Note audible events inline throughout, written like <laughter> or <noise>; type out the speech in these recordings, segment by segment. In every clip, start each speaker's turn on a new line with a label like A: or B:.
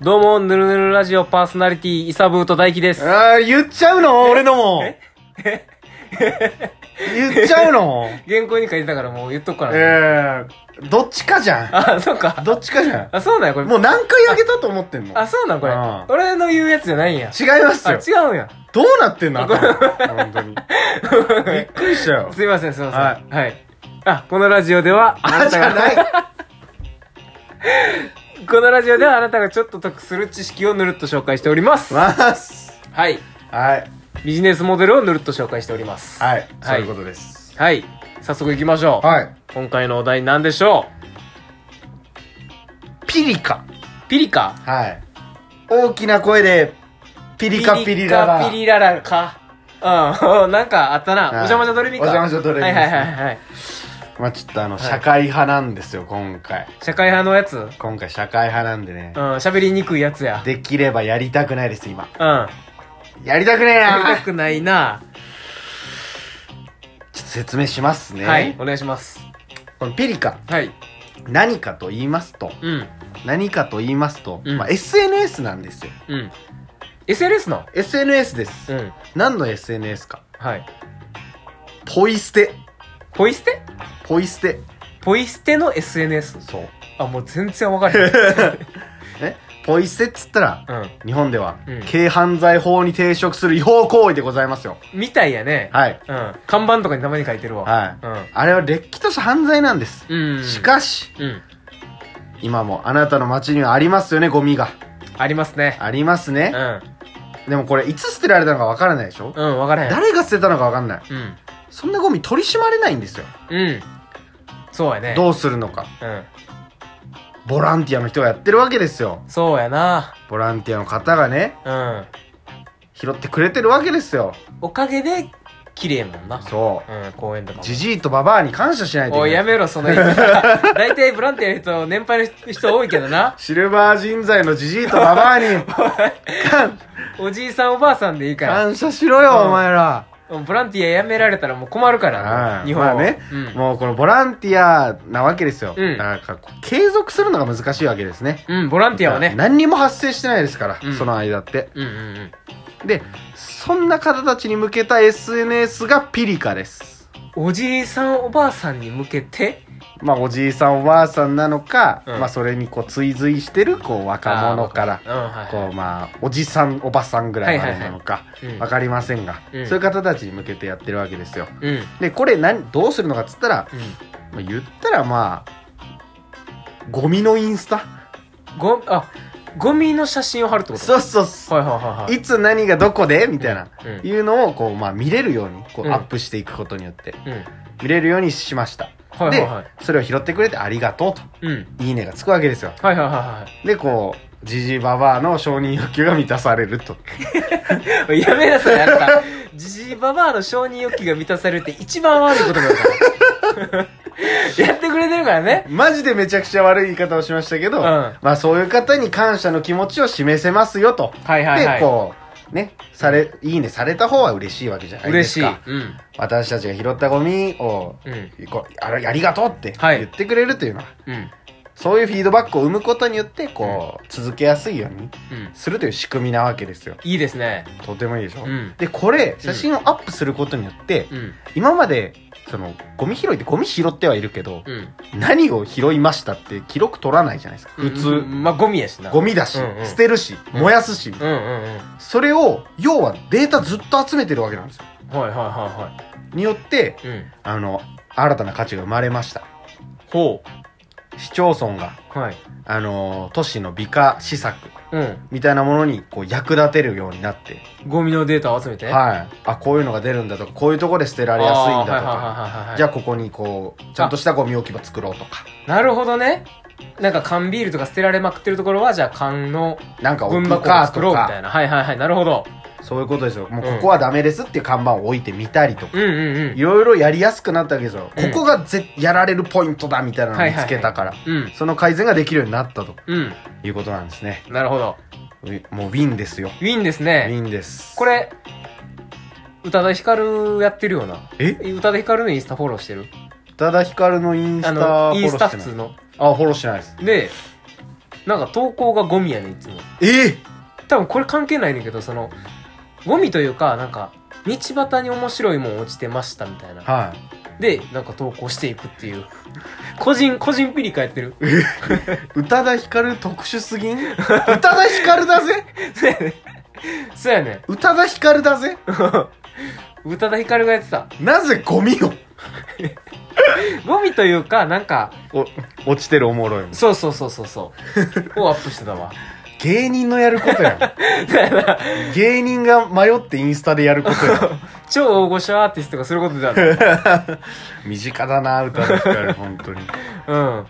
A: どうも、ぬるぬるラジオパーソナリティ、イサブーと大輝です。
B: あー言っちゃうの俺のも。言っちゃうの
A: 原稿に書いてたからもう言っとくから、ね。
B: えー、どっちかじゃ
A: あ、そっか
B: ん。。どっちかじゃ
A: あ、そうなんや、これ。
B: ん。もう何回あげたと思ってんの違い
A: あ、そうなん、これ
B: うん。
A: 俺の言うやつじゃないんや。
B: ます
A: あ、
B: よ。
A: 違うんや。
B: どうなってんの頭本当に。びっくりしたよ。
A: すいません、すいません。は。
B: はい
A: あ、このラジオでは、あ
B: あ、
A: な
B: じ
A: た
B: ゃ
A: が、 <laughs>
B: ない。
A: このラジオではあなたがちょっと得する知識をぬるっと紹介しております。
B: ます。
A: はい。
B: はい。
A: ビジネスモデルをぬるっと紹介しております。はい。
B: はい。そういうことです。
A: 早速行きましょう。
B: はい。
A: 今回のお題何でしょ
B: ピリカ。
A: うピリカ
B: はい。大きな声で、ピリカピリララ。
A: ピリカピリララか。うん。 <laughs> なんかあったな。
B: はい
A: お邪魔女ドレミか。
B: お邪魔女ドレミ
A: は
B: で
A: い
B: す
A: は
B: ね
A: いはいはい。
B: まあちょっとあの、
A: い
B: 社会派なんですよ、今回。
A: 社会派のやつ。うん。
B: 今回社会派なんでね。
A: 喋りにくいやつや。
B: できればやりたくないです、今。
A: うん。や
B: やりたくねえ
A: り
B: な <laughs>
A: たくないな。
B: ちょっと説明しますね。
A: はい。お願いします。
B: このピリカ、
A: はい。
B: 何かと言いますと、
A: うん。
B: 何かと言いますと、
A: うん
B: まあ SNS なんですよ。
A: うん。SNS の
B: SNS です。
A: うん。
B: 何の SNS か。
A: はい。
B: ポイ捨て。
A: ポイ捨て
B: ポイ捨て。
A: ポイ捨ての SNS。
B: そう。 <laughs>
A: あ、もう全然わかる。
B: えポイ捨てっつったら、
A: うん。
B: 日本では
A: うん、
B: 軽犯罪法に抵触する違法行為でございますよ。
A: みたいやね。
B: はい。
A: うん。看板とかにたまに書いてるわ。
B: はい。あれはれっきとした犯罪なんです。
A: うん。うん。
B: しかし、
A: うん。
B: 今もあなたの街にはありますよね、ゴミが。
A: ありますね。
B: あります
A: う
B: ね。
A: ん。
B: でもこれ、いつ捨てられたのかわからないでしょ
A: うん、わからへん。
B: 誰が捨てたのかわかんない。
A: うん。
B: そんなゴミ取り締まれないんですよ。
A: うん。そうやね。
B: どうするのか。
A: うん。
B: ボランティアの人がやってるわけですよ。
A: そうやな。
B: ボランティアの方がね、
A: うん。
B: 拾ってくれてるわけですよ。
A: おかげで、綺麗やもんな。。
B: そう
A: うん、公園とか
B: う。
A: も。
B: じじいとババアに感謝しないといけ
A: お
B: ない
A: い、やめろ、その言い方。
B: <laughs>
A: 大体、ボランティアの人、年配の人多いけどな。
B: シルバー人材のじじいとババ
A: <laughs>
B: アに感
A: おじいさん、おばあさんでいいから。
B: 感謝しろよ、
A: うん
B: お前ら。
A: ボランティアやめられたらもう困るから、
B: うん
A: 日本は。
B: まあね、
A: うん。
B: もうこのボランティアなわけですよ。
A: うん
B: なんかこう継続するのが難しいわけですね。
A: うん、ボランティアはね。
B: 何にも発生してないですから、
A: うん
B: その間って。
A: うんうんうん。
B: で、そんな方たちに向けた SNS がピリカです。
A: おじいさん、おばあさんに向けて、
B: まあ、おじいさん、おばあさんなのか、
A: うん
B: まあ、それにこう、追随してる、こう、若者から、
A: うん、はい。
B: こう、まあ、おじさん、おばさんぐらいまでなのか、
A: う
B: わかりませんが、
A: うん
B: そういう方たちに向けてやってるわけですよ。
A: ん。うん。
B: で、これ何、どうするのかっつったら、
A: うん。
B: まあ、言ったらまあ、ゴミのインスタ
A: ご、あ、ゴミの写真を貼るってこと
B: そうそうそう。
A: はいはいはいはい。
B: いつ何がどこでみたいな、
A: うん
B: いうのを、こう、まあ、見れるように、こう、
A: うん
B: アップしていくことによって、
A: うん。
B: 見れるようにしました。
A: はいはいはい。
B: それを拾ってくれてありがとうと。
A: うん。
B: いいねがつくわけですよ。
A: はいはいは
B: で、こう、ジジイババアの承認欲求が満たされると。
A: いはい。やめなさい、あなた。ジジイババアの承認欲求が満たされるって一番悪いことだから。やってくれてるからね。
B: マジでめちゃくちゃ悪い言い方をしましたけど、
A: うん
B: まあそういう方に感謝の気持ちを示せますよと。
A: はいはいはい。
B: で、こう、ね、され、いいねされた方は嬉しいわけじゃないで
A: 嬉し
B: す
A: い。
B: か。
A: うん。
B: 私たちが拾ったゴミを、
A: うん。
B: こうあらありがとうって
A: はい
B: 言ってくれるというのは、
A: うん。
B: そういうフィードバックを生むことによって、こう、続けやすいように
A: うん。
B: するという仕組みなわけですよ。
A: いいですね。
B: とてもいいでしょ、
A: うん。
B: で、これ、写真をアップすることによって、
A: うん。
B: 今までそのゴミ拾いってゴミ拾ってはいるけど、
A: うん。
B: 何を拾いましたって記録取らないじゃないですか普通、
A: うんまあ、ゴミやしな。
B: ゴミだし、
A: うんうん
B: 捨てるし、
A: うん
B: 燃やすし、
A: うんうんうん。はい
B: それを要はデータずっと集めてるわけなんですよ
A: はいは
B: によって
A: いはい。うん。
B: あの新たな価値が生まれました
A: ほ
B: 市町村が
A: う。はい。
B: あの都市の美化施策
A: うん。
B: みたいなものにこう役立てるようになって、
A: ゴミのデータを集めて。い。
B: はい、あこういうのが出るんだとかこういうとこで捨てら
A: あ
B: れやすいんだと
A: はい
B: か
A: はいはいはいはい。
B: じゃあここにこうちゃんとしたゴミ置き場作ろうとか
A: なるほどね。なんか缶ビールとか捨てられまくってるところは、じゃあ缶の
B: なんか置
A: 群
B: く
A: 馬
B: か
A: を作ろう
B: と
A: み
B: か
A: たいな。はいはいはい。なるほど。
B: そういうことですよ。もう
A: うん
B: ここはダメですっていう看板を置いてみたりとか、
A: うんうんう
B: い
A: ん。
B: ろいろやりやすくなったわけですよ。
A: うん
B: ここがぜやられるポイントだみたいなのを見つけたから、
A: うん。
B: その改善ができるようになったと
A: うん。
B: いうことなんですね。
A: なるほど。
B: ウィもうウィンですよ。
A: ウィンです
B: ウ
A: ね。
B: ィンです。
A: これ、宇多田ヒカルやってるよな。
B: え
A: 宇多田ヒカルのインスタフォローしてる
B: 宇多田ヒカルのインス
A: あ
B: タ
A: の、
B: フォ
A: イン
B: ロー
A: スタ
B: し
A: 普
B: て
A: 通
B: ない。
A: の。
B: あ、フォローしてないです。
A: で、なんか投稿がゴミやねんいつも
B: え
A: 多分これ関係ないねんけどそのゴミというかなんか道端に面白いもん落ちてましたみたいな
B: は
A: でなんか投稿していくっていう個人個人ピリカやってる <laughs>
B: い。宇多田ヒカル特殊すぎん宇多田ヒカルだぜ
A: そうやねんそうやねん
B: 宇多田ヒカル
A: <laughs>
B: だぜ
A: 宇多田ヒカルがやってた
B: なぜゴミを
A: ゴミというかなんか
B: お落ちてるおもろいもん
A: そうそうそうそうそうをアップしてた
B: <laughs>
A: わ
B: 芸人のやることやん芸人が迷ってインスタでやることやん
A: 超大御所アーティストがすることだろ
B: 身近だな歌の光本当に
A: うん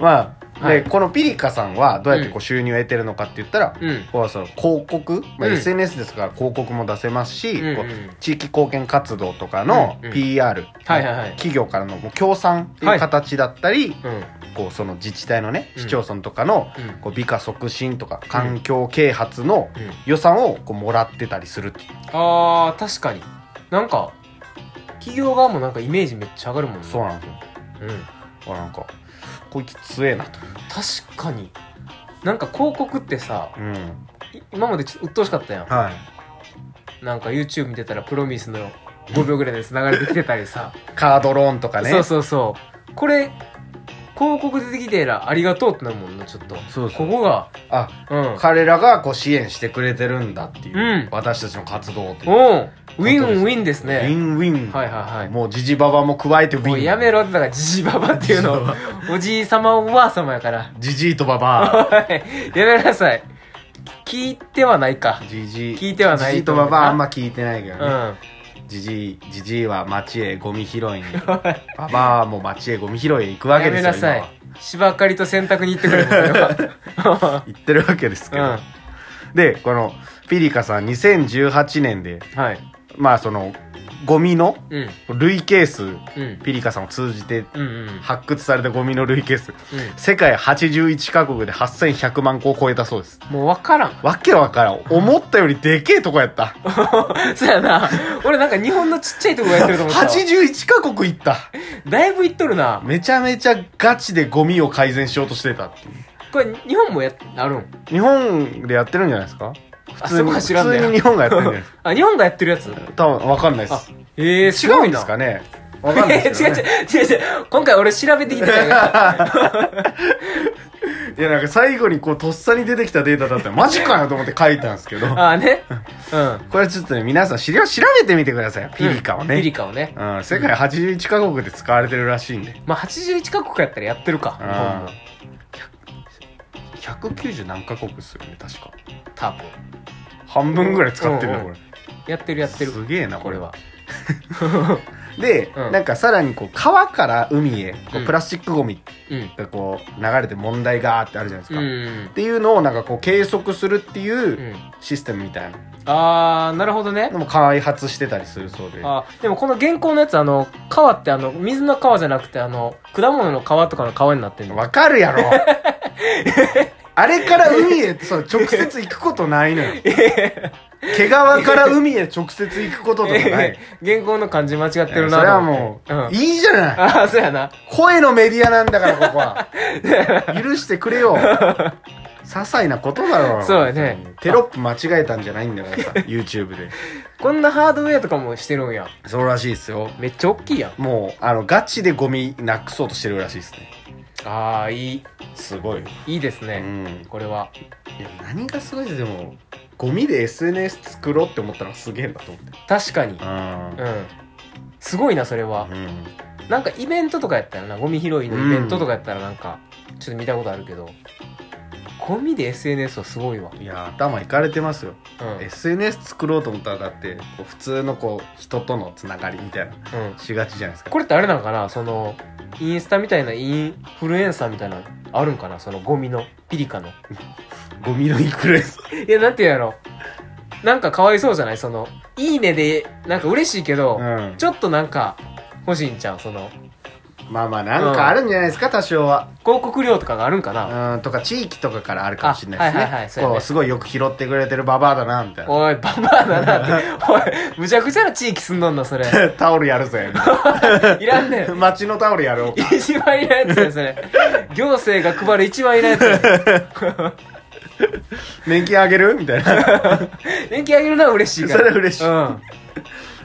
B: まあ、で
A: はい
B: このピリカさんはどうやってこう収入を得てるのかって言ったら、
A: うん
B: こうその広告、まあ
A: うん
B: SNS ですから広告も出せますし、
A: うんうん
B: こう地域貢献活動とかの
A: うんうん
B: PR、
A: はいはいはい
B: 企業からのもう協賛っていう形だったり、
A: うんうん
B: こうその自治体のね
A: うん
B: 市町村とかのこう美化促進とか環境啓発の
A: うん
B: 予算をこうもらってたりするっていう
A: あー確かになんか企業側もなんかイメージめっちゃ上がるもんね
B: そうなんですよ
A: うん
B: あなんかこいつ強えなと
A: 確かになんか広告ってさ
B: うん
A: い今までちょっと鬱陶しかったやん
B: はい
A: なんか YouTube 見てたらプロミスの5秒ぐらいのやつ流れてきてたりさ、
B: カードローンとかね
A: そうそうそうこれ広告出てきてらありがとうってなるもんなちょっと
B: そうそう
A: ここが
B: あ
A: うん
B: 彼らがこう支援してくれてるんだっていう、
A: うん
B: 私たちの活動っていう
A: おうウィンウィンです
B: ウィ
A: ね
B: ンウィン、
A: はいはいはい
B: もうジジババも加えてウィン
A: もうやめろってだからジジババっていうの
B: ジジバ
A: おじい様おばあ様やから
B: ジジイとババ
A: はいやめなさい聞いてはないか
B: <laughs> ジジイ
A: 聞いてはない
B: ジジイとババはあんま聞いてないけど
A: う
B: ね、
A: ん
B: ジジイジジイは町へゴミ拾いにババはもう町へゴミ拾いへ行くわけ
A: やめ
B: ですよ
A: なさい
B: 今は
A: 芝刈りと洗濯に行ってくれもうそれは
B: 行ってるわけですけ
A: うん
B: ど、
A: <laughs>
B: でこのピリカさん2018年で
A: はい
B: まあそのゴミの
A: うん
B: 累計数
A: うん
B: ピリカさんを通じて
A: うんうんうん
B: 発掘されたゴミの累計数世界81カ国で8100万個を超えたそうです
A: もう分からん
B: わけわからん思ったよりでけえとこやった
A: <laughs> そやな俺なんか日本のちっちゃいとこがやってると思ったわ
B: 81カ国行った
A: だいぶいっとるな
B: めちゃめちゃガチでゴミを改善しようとしてたっていう
A: これ日本もやあるん
B: 日本でやってるんじゃないですか
A: あ
B: 普
A: そこ
B: 通に
A: は
B: 普
A: 知らんね
B: 通に日本がやってるんじゃないですか
A: <laughs> あ日本がやってるやつ
B: 多分わかんないで
A: あ
B: す
A: ええす
B: 違
A: ご
B: う
A: い
B: ん
A: な
B: で
A: <laughs>
B: すかねわかんないです
A: 違
B: け
A: う
B: ど、ね、
A: 違う違う違う今回俺調べてきてたん
B: <laughs>
A: やから
B: いやなんか最後にこうとっさに出てきたデータだったらマジかよと思って書いたんですけど
A: <laughs> ああねうん
B: これちょっとね、皆さん資料調べてみてください。ピリカをね。
A: ピリカをね
B: うん、世界81カ国で使われてるらしいんで。
A: まあ81カ国やったらやってるか日本も
B: うん。190何カ国っすよね、確か。
A: 多分
B: 半分ぐらい使ってるな、
A: うん
B: こ
A: うん
B: れ。
A: やってるやってる
B: すげえな、
A: こ
B: こ
A: れ
B: れ
A: は
B: は。で、
A: うん
B: なんかさらにこう、川から海へ、こ
A: うん
B: うプラスチックゴミ
A: うん
B: がこう、流れて問題がーってあるじゃないです
A: う
B: か。っ
A: ん
B: ていうのをなんかこう、計測するって
A: う
B: いうんシステムみたいな
A: あーなるほどね
B: のも開発してたりするそうで。
A: あでもこの原稿のやつあの川ってあの水の川じゃなくてあの果物の川とかの川になってんの
B: わかる
A: <laughs>
B: やろあれから海へそう直接行くことない
A: <laughs>
B: のよ毛皮から海へ直接行くこととかない
A: <laughs> 原稿の漢字間違って
B: それ
A: るな
B: はもう、
A: うん
B: いいじゃない
A: ああそうやな
B: 声のメディアなんだからここは
A: <laughs>
B: 許してくれよ些細なことだろ
A: そうやね
B: テロップ間違えたんじゃないんだからさ YouTube で
A: こんなハードウェアとかもしてるんや
B: そうらしいですよ
A: めっちゃ大きいやん
B: もうあのガチでゴミなくそうとしてるらしいですね
A: ああいい
B: すごいよ
A: いいです
B: う
A: ね、
B: ん
A: これはい
B: や何がすごいってでもゴミで SNS 作ろうって思ったらすげえなと思って
A: 確かにう
B: うん
A: すごいなそれは、
B: ん
A: なんかイベントとかやったらなゴミ拾いのイベントとかやったらなんかちょっと見たことあるけど、ゴミで SNS はすごいわ、
B: いや頭いかれてますよ、
A: うん
B: SNS 作ろうと思ったらだってこう普通のこう人とのつながりみたいな
A: うん、
B: しがちじゃないですか
A: これってあれなんかなそのインスタみたいなインフルエンサーみたいなのあるんかなそのゴミのピリカの
B: ゴミのインフルエンサー
A: いやなんて言うやろなんかかわいそうじゃないその「いいね」でなんか嬉しいけど、
B: うん
A: ちょっとなんか欲しいんちゃうその
B: まあまあなんかあるんじゃないですか、多少は
A: 広告料とかがあるんかな、
B: うんとか地域とかからあるかもしれないですね,、
A: あはいはいはいそうやね
B: こうすごいよく拾ってくれてるババアだなみたいな
A: おいババアだなっておいむちゃくちゃな地域住んどんなそれ
B: タオルやるぜ
A: いらんねん
B: 街のタオルやろう
A: 一番いらんやつやそれ行政が配る一番いらんやつ
B: <laughs>
A: や
B: 年金あげるみたいな <laughs>
A: 年金あげるのは嬉しいから
B: それは嬉しい
A: うん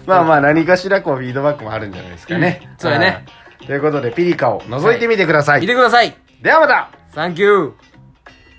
B: まあまあ何かしらこうフィードバックもあるんじゃないですかね、
A: うんそうやね
B: はいということでピリカを覗いてみてください、
A: 見てください
B: ではまた
A: サンキュー